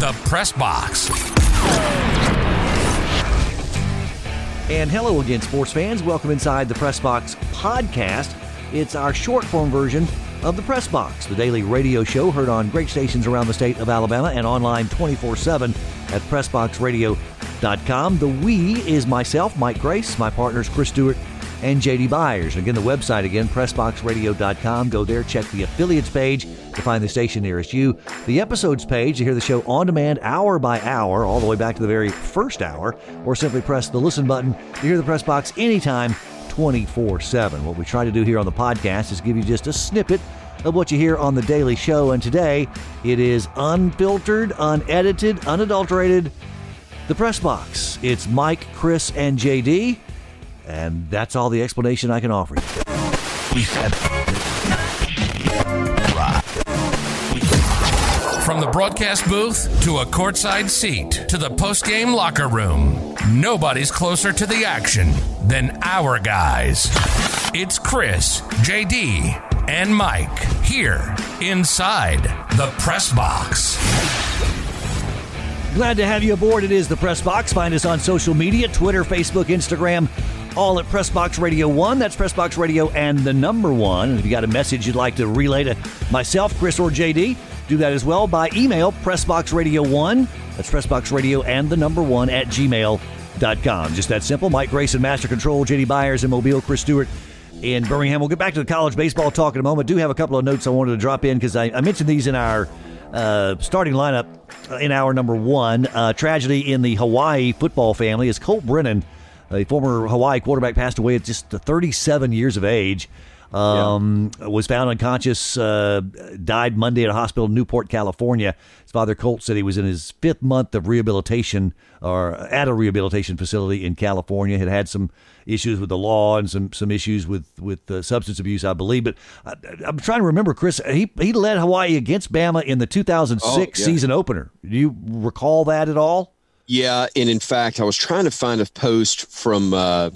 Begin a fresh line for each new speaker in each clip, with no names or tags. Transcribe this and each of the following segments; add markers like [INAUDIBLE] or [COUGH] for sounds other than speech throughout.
The Press Box.
And hello again, sports fans. Welcome inside the Press Box podcast. It's our short form version of the Press Box, the daily radio show heard on great stations around the state of Alabama and online 24 7 at PressBoxRadio.com. The we is myself, Mike Grace, my partners, Chris Stewart and JD Byers. Again, the website again, PressBoxRadio.com. Go there, check the affiliates page to find the station nearest you, the episodes page to hear the show on demand hour by hour, all the way back to the very first hour, or simply press the listen button to hear the Press Box anytime 24 7. What we try to do here on the podcast is give you just a snippet of what you hear on the daily show, and today it is unfiltered, unedited, unadulterated. The press box. It's Mike, Chris, and JD, and that's all the explanation I can offer you.
From the broadcast booth to a courtside seat to the postgame locker room, nobody's closer to the action than our guys. It's Chris, JD, and Mike here inside the press box.
Glad to have you aboard. It is the Press Box. Find us on social media Twitter, Facebook, Instagram, all at Pressbox Radio 1. That's Pressbox Radio and the number one. And if you got a message you'd like to relay to myself, Chris, or JD, do that as well by email PressboxRadio1. That's Pressbox Radio and the number one at gmail.com. Just that simple. Mike Grayson, Master Control, JD Byers, and Mobile, Chris Stewart in Birmingham. We'll get back to the college baseball talk in a moment. Do have a couple of notes I wanted to drop in because I, I mentioned these in our uh, starting lineup in hour number one. Uh, tragedy in the Hawaii football family is Colt Brennan, a former Hawaii quarterback, passed away at just 37 years of age. Um, Was found unconscious, uh, died Monday at a hospital in Newport, California. His father, Colt, said he was in his fifth month of rehabilitation or at a rehabilitation facility in California. Had had some issues with the law and some some issues with with uh, substance abuse, I believe. But I, I'm trying to remember, Chris. He he led Hawaii against Bama in the 2006
Oh, yeah.
season opener. Do you recall that at all?
Yeah, and in fact, I was trying to find a post from uh,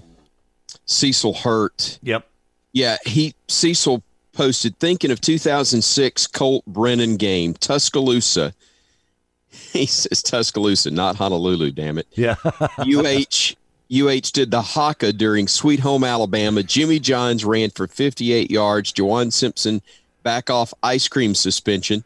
Cecil Hurt.
Yep.
Yeah, he Cecil posted thinking of 2006 Colt Brennan game, Tuscaloosa. [LAUGHS] He says Tuscaloosa, not Honolulu. Damn it.
Yeah. [LAUGHS]
UH UH did the haka during Sweet Home Alabama. Jimmy Johns ran for 58 yards. Jawan Simpson back off ice cream suspension.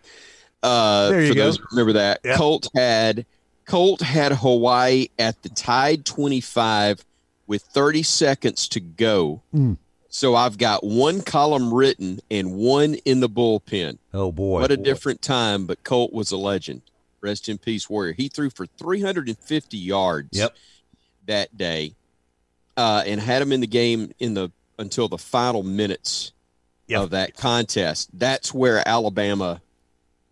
Uh,
There you
for
go.
those that remember that,
Yeah.
Colt had Colt had Hawaii at the tied 25 with 30 seconds to go.
Mm.
So I've got one column written and one in the bullpen.
oh boy.
What a
Boy.
different time, but Colt was a legend. Rest in peace, Warrior. He threw for 350 yards
Yep.
that day uh, and had him in the game in the until the final minutes
Yep.
of that contest. That's where Alabama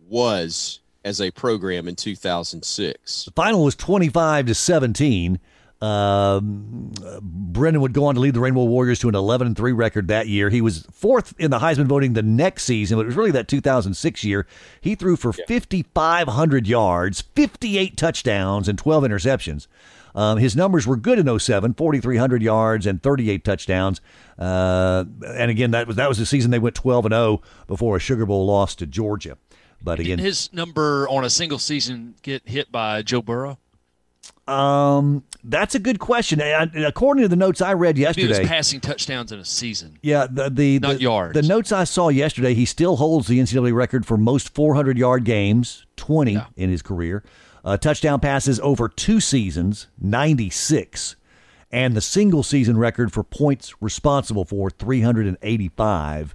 was as a program in 2006.
The final was 25 to 17. Um, uh, Brennan would go on to lead the Rainbow Warriors to an 11 3 record that year. He was fourth in the Heisman voting the next season, but it was really that 2006 year. He threw for 5,500 yards, 58 touchdowns, and 12 interceptions. Um, his numbers were good in 07, 4,300 yards and 38 touchdowns. Uh, and again, that was that was the season they went 12 and 0 before a Sugar Bowl loss to Georgia. But again,
Didn't his number on a single season get hit by Joe Burrow?
Um, that's a good question. And I- according to the notes I read
Maybe it
yesterday,
was passing touchdowns in a season.
yeah, the the
Not
the,
yards.
the notes I saw yesterday, he still holds the NCAA record for most 400 yard games, 20 in his career. Uh, touchdown passes over two seasons, 96, and the single season record for points responsible for 385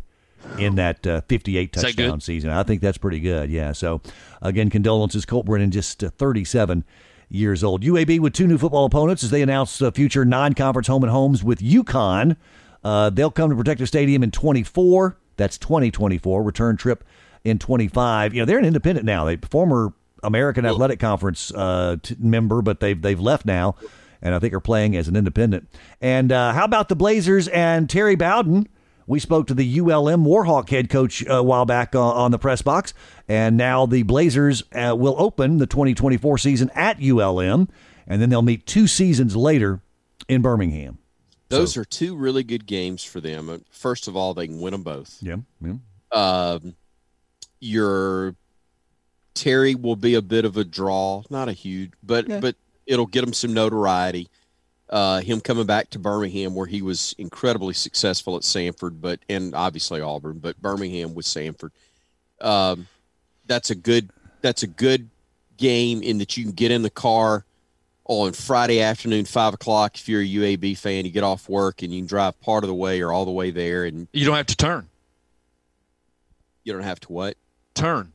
in that uh, 58
Is that good?
touchdown season. I think that's pretty good. Yeah. So, again, condolences, Colt Brennan, just uh, 37 years old. UAB with two new football opponents as they announce uh, future non-conference home and homes with UConn. Uh, they'll come to Protective Stadium in 24. That's 2024 return trip in 25. You know they're an independent now. They former American Athletic Conference uh, t- member, but they've they've left now, and I think are playing as an independent. And uh, how about the Blazers and Terry Bowden? We spoke to the ULM Warhawk head coach uh, a while back uh, on the press box, and now the Blazers uh, will open the 2024 season at ULM, and then they'll meet two seasons later in Birmingham.
Those are two really good games for them. First of all, they can win them both.
Yeah, yeah.
um, your Terry will be a bit of a draw, not a huge, but
Yeah.
but it'll get him some notoriety. Uh, him coming back to Birmingham, where he was incredibly successful at Sanford, but and obviously Auburn, but Birmingham with Sanford. Um, that's a good that's a good game in that you can get in the car on Friday afternoon, five o'clock. If you're a UAB fan, you get off work and you can drive part of the way or all the way there, and
You don't have to turn.
you don't have to what?
Turn.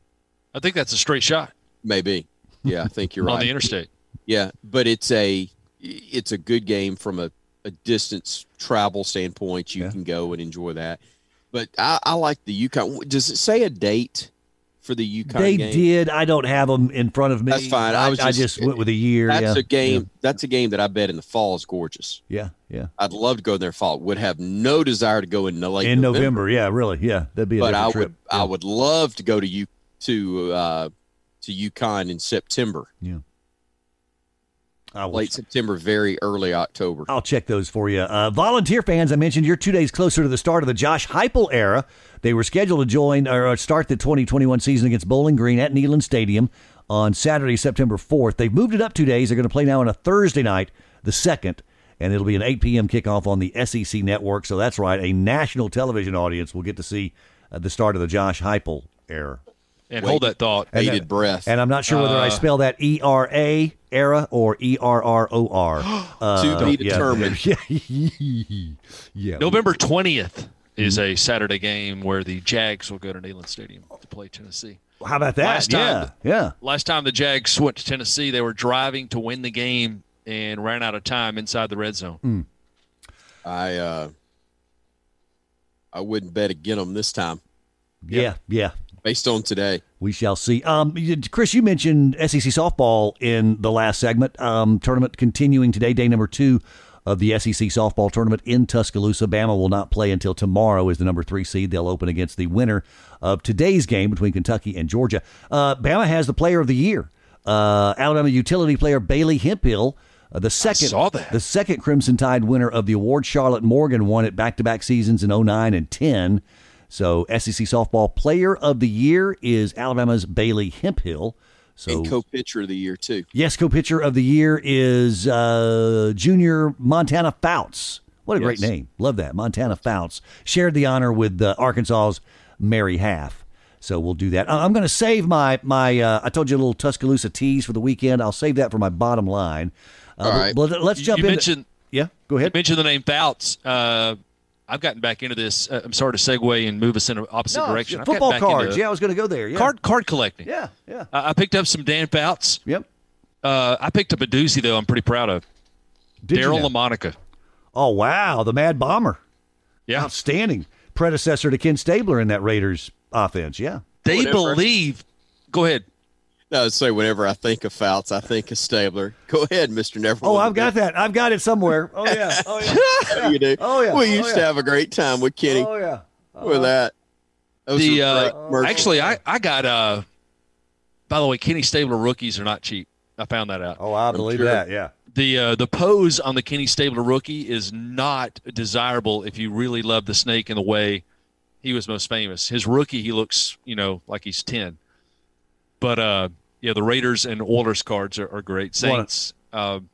I think that's a straight shot
Maybe. Yeah, I think you're
[LAUGHS] on the
right.
interstate.
Yeah, but it's a it's a good game from a, a distance travel standpoint. You
Yeah.
can go and enjoy that. But I, I like the Yukon. Does it say a date for the Yukon
They
game?
did. I don't have them in front of me.
That's fine. I was
I
just-
just went with a year.
That's
yeah.
a game. That's a game that I bet in the fall is gorgeous.
Yeah, yeah.
I'd love to go in there fall. Would have no desire to go in the late
in November. Yeah, really. Yeah, that'd be a
but I
different
would
trip.
I would love to go to you to uh, to Yukon in September,
I will
late September, very early October.
I'll check those for you. Uh, volunteer fans, I mentioned you're two days closer to the start of the Josh Heupel era. They were scheduled to join or uh, start the 2021 season against Bowling Green at Neyland Stadium on Saturday, September 4th. They've moved it up two days. They're going to play now on a Thursday night, the 2nd, and it'll be an 8 p.m. kickoff on the SEC network. So that's right, a national television audience will get to see uh, the start of the Josh Heupel era.
And
Wait.
hold that thought.
And-
Bated breath.
And I'm not sure whether I
Uh,
spell that E R A era or E R R O R.
[GASPS]
uh,
to be [LAUGHS] determined.
yeah.
November 20th is a Saturday game where the Jags will go to Neyland Stadium to play Tennessee.
How about that?
Last time-
yeah. Yeah.
Last time the Jags went to Tennessee, they were driving to win the game and ran out of time inside the red zone.
I uh, I wouldn't bet against them this time
Yeah. Yeah.
based on today.
We shall see. Um, you- Chris, you mentioned SEC softball in the last segment. Um, tournament continuing today, day number two of the SEC softball tournament in Tuscaloosa. Bama will not play until tomorrow as the number three seed. They'll open against the winner of today's game between Kentucky and Georgia. Uh, Bama has the player of the year. Uh, Alabama utility player Bailey Hempill, uh, the second
saw that.
the second Crimson Tide winner of the award. Charlotte Morgan won it back to back seasons in 09 and 10. So SEC softball player of the year is Alabama's Bailey Hemphill. So
And co pitcher of the year too.
yes, co-pitcher of the year is uh, junior Montana Fouts. What a great
Yes.
name! Love that Montana Fouts shared the honor with uh, Arkansas's Mary Half. So we'll do that. I- I'm going to save my my. Uh, I told you a little Tuscaloosa tease for the weekend. I'll save that for my bottom line. Uh,
All
but-
right.
but let's
You-
jump
you
in.
mentioned
Yeah, go
you
ahead.
mentioned the name Fouts. Uh, I've gotten back into this. Uh, I'm sorry to segue and move us in an opposite
No,
direction. I've gotten
Football
back
cards.
into
Yeah, I was going to go there. Yeah.
Card card collecting.
Yeah, yeah.
Uh, I picked up some Dan Fouts.
Yep.
Uh, I picked up a doozy though. I'm pretty proud of
Did you
Daryl
now?
LaMonica.
Oh wow, the Mad Bomber.
Yeah,
Outstanding predecessor to Ken Stabler in that Raiders offense. Yeah.
they
Whatever.
believe. Go ahead.
No, so whenever I think of Fouts, I think of Stabler. Go ahead, Mister Never.
Oh, I've got that. I've got it somewhere. Oh yeah. Oh yeah.
that. You do.
[LAUGHS] Oh, yeah.
We
Oh,
used to
yeah.
have a great time with Kenny
Oh yeah.
with that. Those
The,
were
uh,
great merch-
Actually, I I got. Uh, by the way, Kenny Stabler rookies are not cheap. I found that out.
Oh, I believe that. Yeah.
The uh, the pose on the Kenny Stabler rookie is not desirable if you really love the snake in the way he was most famous. His rookie, he looks you know like he's ten. But uh, yeah, the Raiders and Oilers cards are, are great. Saints. Um,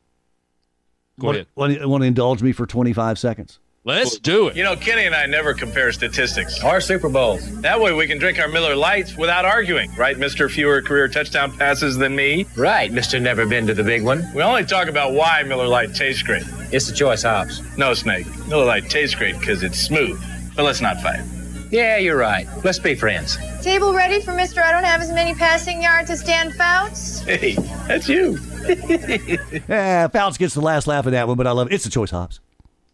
go ahead.
Want to, want to indulge me for 25 seconds?
Let's do it.
You know, Kenny and I never compare statistics. Our Super Bowls. That way we can drink our Miller Lights without arguing. Right, Mr. Fewer career touchdown passes than me?
Right, Mr. Never Been to the Big One.
We only talk about why Miller Light tastes great.
It's the choice, Hobbs.
No, Snake. Miller Light tastes great because it's smooth. But let's not fight.
Yeah, you're right. Let's be friends.
Table ready for Mr. I don't have as many passing yards as Dan Fouts?
Hey, that's you.
Eh, Fouts gets the last laugh in that one, but I love it. It's the choice hops.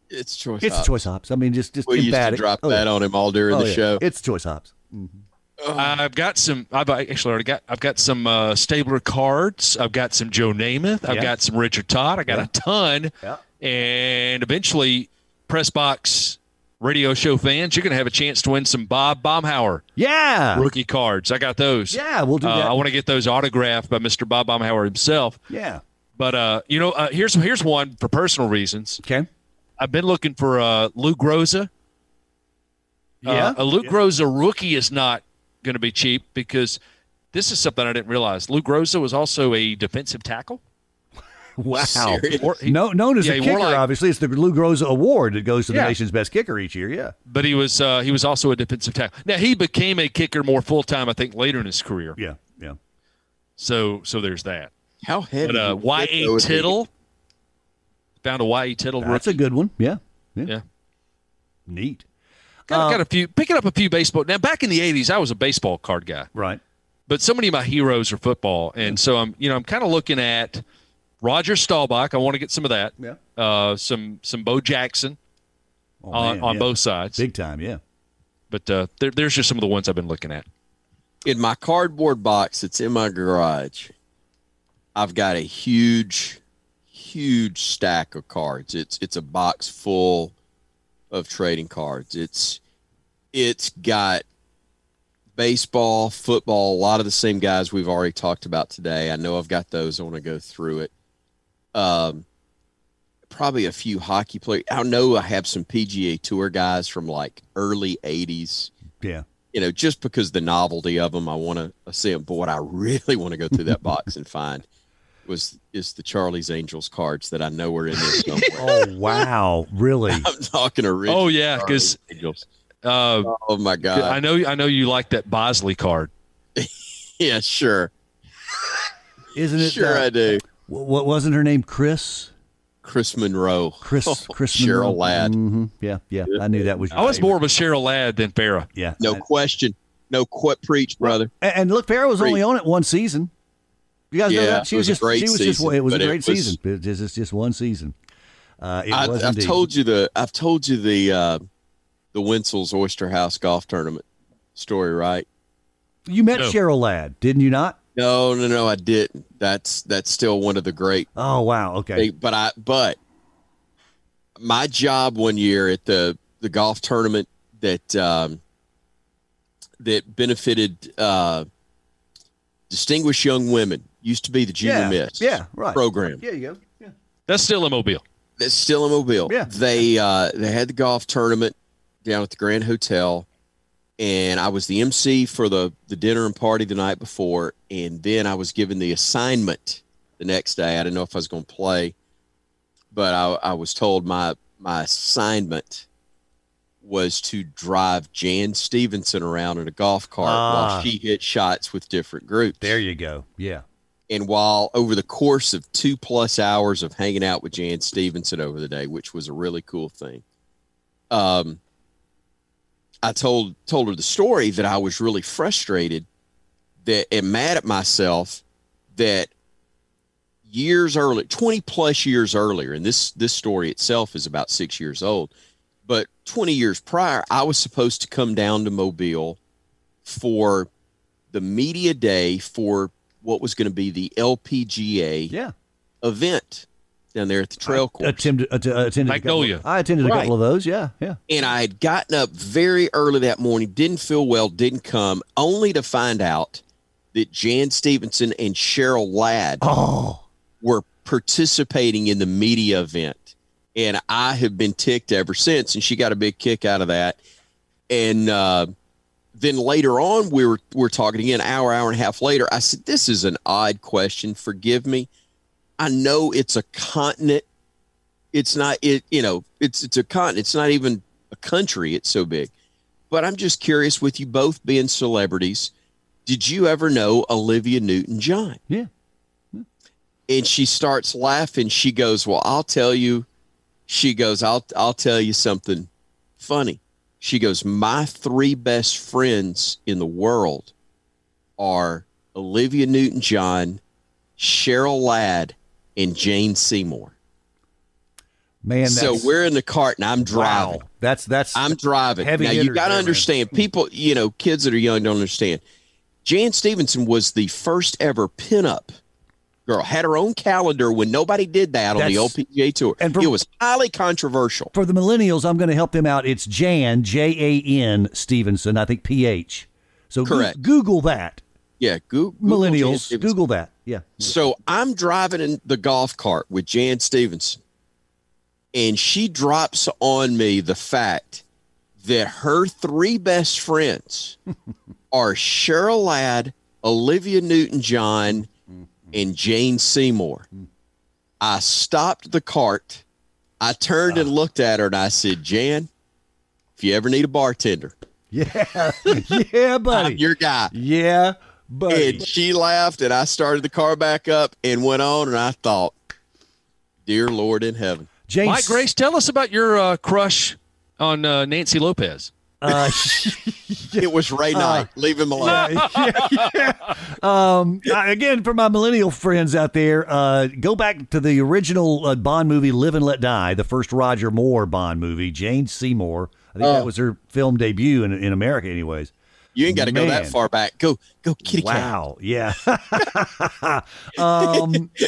it's choice.
It's the
Hops.
choice hops. I mean, just just
We used to
emphatic.
drop
Oh,
that
yeah.
on him all during
Oh,
the
yeah.
[LAUGHS] show.
It's the choice hops.
I've got some. I've actually already got. I've got some uh, Stabler cards. I've got some Joe Namath. I've
Yeah.
got some Richard Todd. I got a ton.
Yeah.
And eventually, press box radio show fans, you're going to have a chance to win some Bob Baumhauer
Yeah.
rookie cards. I got those.
Yeah, we'll do
Uh,
that.
I want to get those autographed by Mr. Bob Baumhauer himself.
yeah.
But uh, you know, uh, here's here's one for personal reasons.
Okay.
I've been looking for uh, Lou Groza.
Yeah.
Uh, a Luke Groza rookie is not going to be cheap because This is something I didn't realize. Luke Rosa was also a defensive tackle.
Wow.
Serious.
Or he-
no, known as
Yeah,
a
he
kicker,
wore like-
obviously. It's the Lou Groza Award that goes to the
Yeah.
nation's best kicker each year. Yeah.
but he was uh, he was also a defensive tackle. Now he became a kicker more full time, I think, later in his career.
Yeah. Yeah.
So so there's that.
How heavy?
But uh,
would
Y.
it
A.
be?
Tittle found a Y. A. Tittle
That's
rookie.
a good one. Um, Yeah.
yeah.
Neat.
Got, got a few picking up a few baseball. Now back in the '80s, I was a baseball card guy.
Right.
but so many of my heroes are football, and so I'm you know I'm kind of looking at Roger Staubach. I want to get some of that.
Yeah.
Uh, some some Bo Jackson
Oh,
on,
man,
on
yeah.
both sides,
Big time. Yeah.
but uh, there, there's just some of the ones I've been looking at.
in my cardboard box that's in my garage, I've got a huge, huge stack of cards. It's it's a box full of trading cards. It's it's got baseball, football, a lot of the same guys we've already talked about today. I know I've got those. I want to go through it. Um, probably a few hockey players. I know I have some PGA Tour guys from like early '80s [LAUGHS]
Yeah.
you know, just because the novelty of them, I want to see them. But what I really want to go
[LAUGHS]
through that box and find was is the Charlie's Angels cards that I know are in there
[LAUGHS]
somewhere.
Oh, wow.
[LAUGHS]
Really?
I'm talking original.
Oh yeah,
Charlie's
because
Angels.
uh,
Oh my
I
god.
know I know you like that Bosley card.
Yeah, sure,
Isn't it?
sure
uh,
I do.
w- what wasn't her name? Chris?
Chris Monroe.
Chris.
Oh,
Chris
Cheryl
Monroe?
Ladd.
hmm Yeah. Yeah. I knew that was.
I was more of a Cheryl Ladd than Farah.
Yeah.
No
I-
question. No quit preach, brother.
And, and look, Farrah was only on it one season. You guys know
Yeah,
that she
it
was,
was a
just
great
she was just
season,
it was a
but it
great
was-
season. It was just, just one season. Uh, it
I,
was
I've
indeed.
told you the I've told you the uh, the Wenzel's Oyster House golf tournament story, right?
you met
No.
Cheryl Ladd, didn't you not?
No, no, no, I didn't. That's that's still one of the great
Oh wow, okay,
They- but I but my job one year at the the golf tournament that um, that benefited uh, distinguished young women used to be the junior
yeah,
miss
yeah, right,
program
yeah, you go, yeah,
That's still a mobile.
that's still in Mobile.
Yeah.
They uh, they had the golf tournament down at the Grand Hotel, and I was the MC for the the dinner and party the night before, and then I was given the assignment the next day. I didn't know if I was going to play, but I, I was told my my assignment was to drive Jan Stevenson around in a golf cart
Ah.
while she hit shots with different groups.
there you go, yeah,
And while over the course of two plus hours of hanging out with Jan Stevenson over the day, which was a really cool thing, um, I told told her the story that I was really frustrated that and mad at myself that years earlier, twenty plus years earlier, and this this story itself is about six years old, but twenty years prior, I was supposed to come down to Mobile for the media day for what was going to be the LPGA
yeah. event
event down there at the trail course.
Attended, att- attended a couple.
Magnolia.
Of, I attended a
Right.
couple of those, yeah, yeah.
and I had gotten up very early that morning, didn't feel well, didn't come, only to find out that Jan Stevenson and Cheryl Ladd
Oh,
were participating in the media event. And I have been ticked ever since. And she got a big kick out of that. And uh, then later on, we were, we are talking again, hour, hour and a half later. I said, This is an odd question. Forgive me. I know it's a continent. It's not, it, you know, it's, it's a continent. It's not even a country. It's so big. But I'm just curious with you both being celebrities, did you ever know Olivia Newton John?
yeah.
and she starts laughing. She goes, "Well, I'll tell you." She goes, "I'll I'll tell you something funny." She goes, "My three best friends in the world are Olivia Newton-John, Cheryl Ladd, and Jane Seymour."
Man, that's,
so we're in the cart, and I'm driving.
wow. That's that's
I'm driving.
Heavy
now
hitters
you got
there,
to
man. Hmm.
understand, people. You know, kids that are young don't understand. Jan Stevenson was the first ever pinup girl. Had her own calendar when nobody did that on the
That's-
LPGA tour.
and from-
it was highly controversial.
for the millennials, I'm going to help them out. It's Jan J A N Stevenson, I think P H. So goo-
Correct.
Google that,
Yeah, Google, Jan
millennials.
Stevenson.
Google that,
[LAUGHS]
yeah.
So I'm driving in the golf cart with Jan Stevenson, and she drops on me the fact that her three best friends are Cheryl Ladd, Olivia Newton John and Jane Seymour. I stopped the cart. I turned and looked at her and I said, Jan, if you ever need a bartender,
Yeah. yeah,
I'm
buddy.
your guy.
yeah, buddy.
And she laughed and I started the car back up and went on and I thought, Dear Lord in heaven.
Jane
Mike
S-
Grace, tell us about your uh, crush on uh, Nancy Lopez.
Uh,
It was Ray Knight. Leave him alone.
[LAUGHS] Uh, again, for my millennial friends out there, uh, go back to the original uh, Bond movie, Live and Let Die, the first Roger Moore Bond movie, Jane Seymour. I think
Oh.
that was her film debut in, in America, anyways.
You ain't got to go that
Man.
far back. Go, go, kitty cat.
Wow. Yeah. [LAUGHS] um, and uh,
[LAUGHS]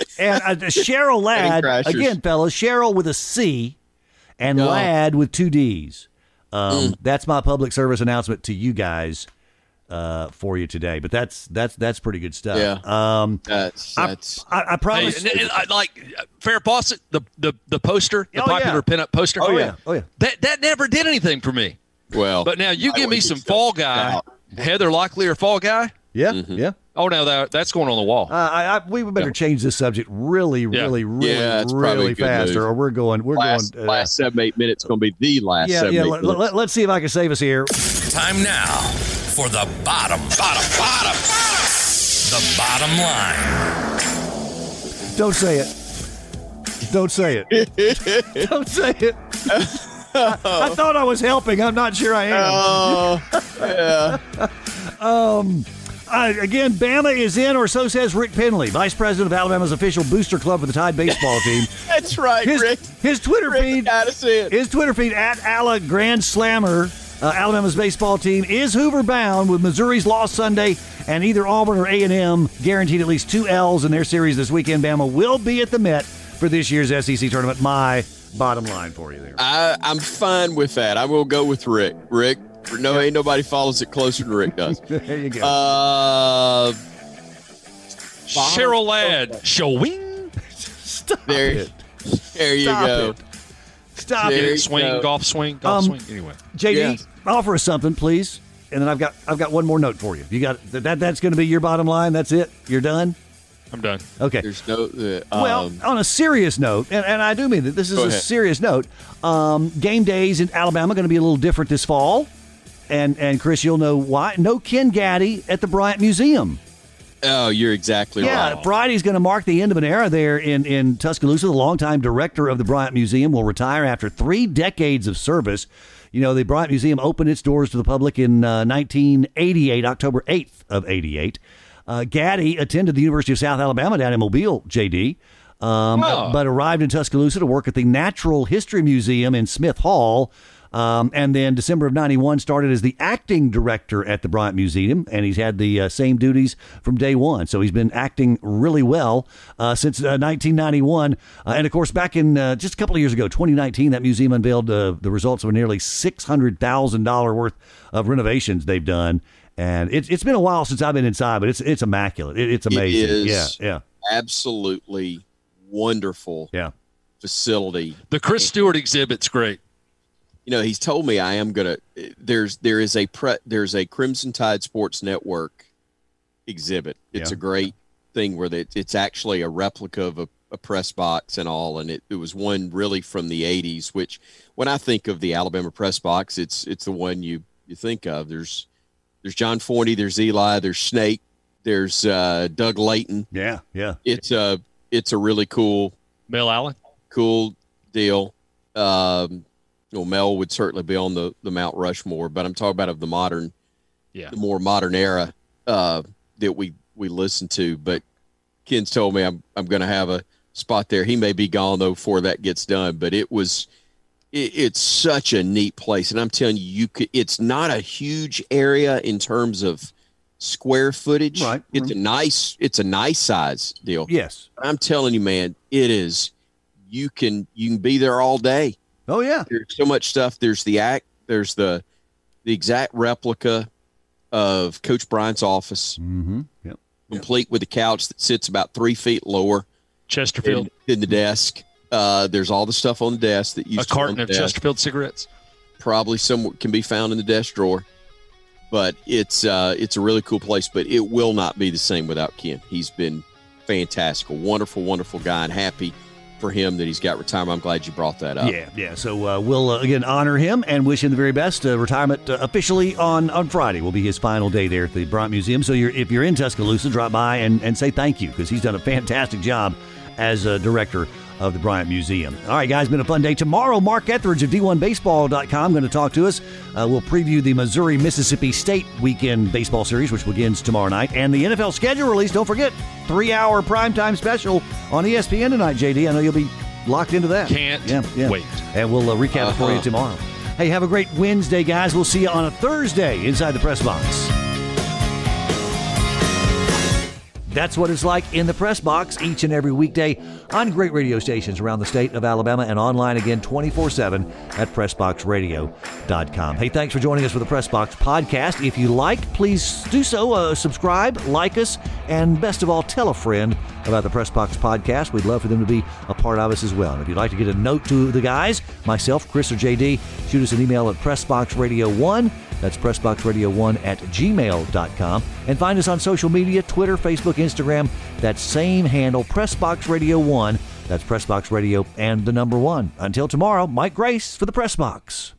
Cheryl Ladd,
Crashers.
again, fellas, Cheryl with a C and
Yeah. Mm.
Ladd with two D's. Um, That's my public service announcement to you guys uh, for you today. But that's that's that's pretty good stuff.
Yeah.
Um,
That's
I-
Uh, that's.
I, I
Hey,
promise.
and, and I like uh, Farrah Fawcett, the the the poster, the
Oh,
popular
yeah.
pinup poster.
Oh, yeah. Oh, yeah.
That that never did anything for me.
Well,
But now you
I
give me
would
some
just-
Fall Guy,
out.
Heather Locklear Fall Guy.
yeah,
Mm-hmm.
yeah.
Oh no, that, that's going on the wall.
Uh, I, I, we better change this subject really,
Yeah.
really, really,
Yeah, it's probably
really
a good
fast,
move.
or we're going, we're
last,
going. uh,
last seven eight minutes going to be the last
yeah,
seven
yeah.
eight
Let,
minutes.
let, us see if I can save us here.
Time now for the bottom, bottom, bottom, the bottom line.
Don't say it. Don't say it.
[LAUGHS]
Don't say it. I, I thought I was helping. I'm not sure I am. [LAUGHS]
Oh,
Uh, again, Bama is in, or so says Rick Penley, vice president of Alabama's official booster club for the Tide baseball
[LAUGHS]
team.
that's right,
His, [LAUGHS]
Rick.
his Twitter
Rick
feed
got us in.
His Twitter feed at Ala Grand Slammer. Uh, Alabama's baseball team is Hoover bound with Missouri's loss Sunday, and either Auburn or A and M guaranteed at least two L's in their series this weekend. Bama will be at the Met for this year's SEC tournament. My bottom line for you there. [LAUGHS]
I, I'm fine with that. I will go with Rick. Rick, no, ain't nobody follows it closer than
[LAUGHS]
Rick does.
there you go.
Uh,
Cheryl Ladd, showing
Stop
there,
it.
there you
Stop
go.
it. Stop
There
it.
you
swing,
go.
golf swing, golf
Um,
swing. Anyway,
JD,
Yes.
offer us something, please. And then I've got I've got one more note for you. You got that. That's going to be your bottom line. That's it. You're done.
I'm done.
Okay.
There's no. Uh,
Well,
um,
on a serious note, and, and I do mean that this is
Go
a
ahead.
serious note. Um, game days in Alabama going to be a little different this fall, and and Chris, you'll know why. No Ken Gaddy at the Bryant Museum.
oh, you're exactly
Yeah,
right.
Friday's going to mark the end of an era there in in Tuscaloosa. The longtime director of the Bryant Museum will retire after three decades of service. You know, the Bryant Museum opened its doors to the public in uh, 1988, October 8th of 88. Uh, Gaddy attended the University of South Alabama down in Mobile, JD, um, but arrived in Tuscaloosa to work at the Natural History Museum in Smith Hall. Um, and then December of 91 started as the acting director at the Bryant Museum, and he's had the uh, same duties from day one. So he's been acting really well uh, since uh, 1991. Uh, and of course, back in uh, just a couple of years ago, 2019, that museum unveiled uh, the results of a nearly $600,000 worth of renovations they've done. And it, it's been a while since I've been inside, but it's it's immaculate. It, it's amazing.
is.
Yeah, yeah,
Absolutely wonderful
yeah.
facility.
The Chris Stewart exhibit's great.
you know he's told me i am gonna there's there is a pre there's a crimson tide sports network exhibit it's
Yeah.
a great thing where they, it's actually a replica of a, a press box and all and it, it was one really from the 80s which when i think of the alabama press box it's it's the one you you think of there's there's john forney there's eli there's snake there's uh, doug layton
Yeah, yeah.
it's a it's a really cool
Mel Allen.
cool deal. Um, well, Mel would certainly be on the, the Mount Rushmore, but I'm talking about of the modern,
Yeah.
the more modern era uh, that we we listen to. But Ken's told me I'm I'm going to have a spot there. He may be gone though before that gets done. But it was it, it's such a neat place, and I'm telling you, you could. It's not a huge area in terms of square footage.
Right.
It's a nice it's a nice size deal.
Yes.
I'm telling you, man, it is. You can you can be there all day.
Oh, yeah.
There's so much stuff. There's the act. There's the the exact replica of Coach Bryant's office,
Mm-hmm. Yep.
complete with a couch that sits about three feet lower
Chesterfield.
in, in the desk. Uh, there's all the stuff on the desk that you
a carton of Chesterfield cigarettes.
Probably some can be found in the desk drawer. but it's uh, it's a really cool place. But it will not be the same without Ken. He's been fantastic, a wonderful, wonderful guy, and happy for him that he's got retirement. I'm glad you brought that up.
Yeah, yeah. So uh, we'll uh, again honor him and wish him the very best. Uh, retirement uh, officially on on Friday will be his final day there at the Bryant Museum. So you're, if you're in Tuscaloosa, drop by and, and say thank you because he's done a fantastic job as a director of the Bryant Museum. All right, guys, been a fun day. Tomorrow, Mark Etheridge of D1Baseball.com going to talk to us. Uh, we'll preview the Missouri Mississippi State weekend baseball series, which begins tomorrow night, and the NFL schedule release. Don't forget, three hour primetime special on E ESPN tonight, JD. I know you'll be locked into that.
Can't wait.
And we'll uh, recap it for you
Uh-huh.
tomorrow. Hey, have a great Wednesday, guys. We'll see you on a Thursday inside the press box. That's what it's like in the press box each and every weekday on great radio stations around the state of Alabama and online again 24 7 at PressBoxRadio.com. Hey, thanks for joining us for the Press Box podcast. If you like, please do so. Uh, subscribe, like us, and best of all, tell a friend about the Press Box podcast. We'd love for them to be a part of us as well. And if you'd like to get a note to the guys, myself, Chris, or JD, shoot us an email at PressBoxRadio1 that's PressBoxRadio1 at gmail.com. And find us on social media Twitter, Facebook, Instagram. That same handle, PressBoxRadio1. That's PressBox Radio and the number one. Until tomorrow, Mike Grace for the Press Box.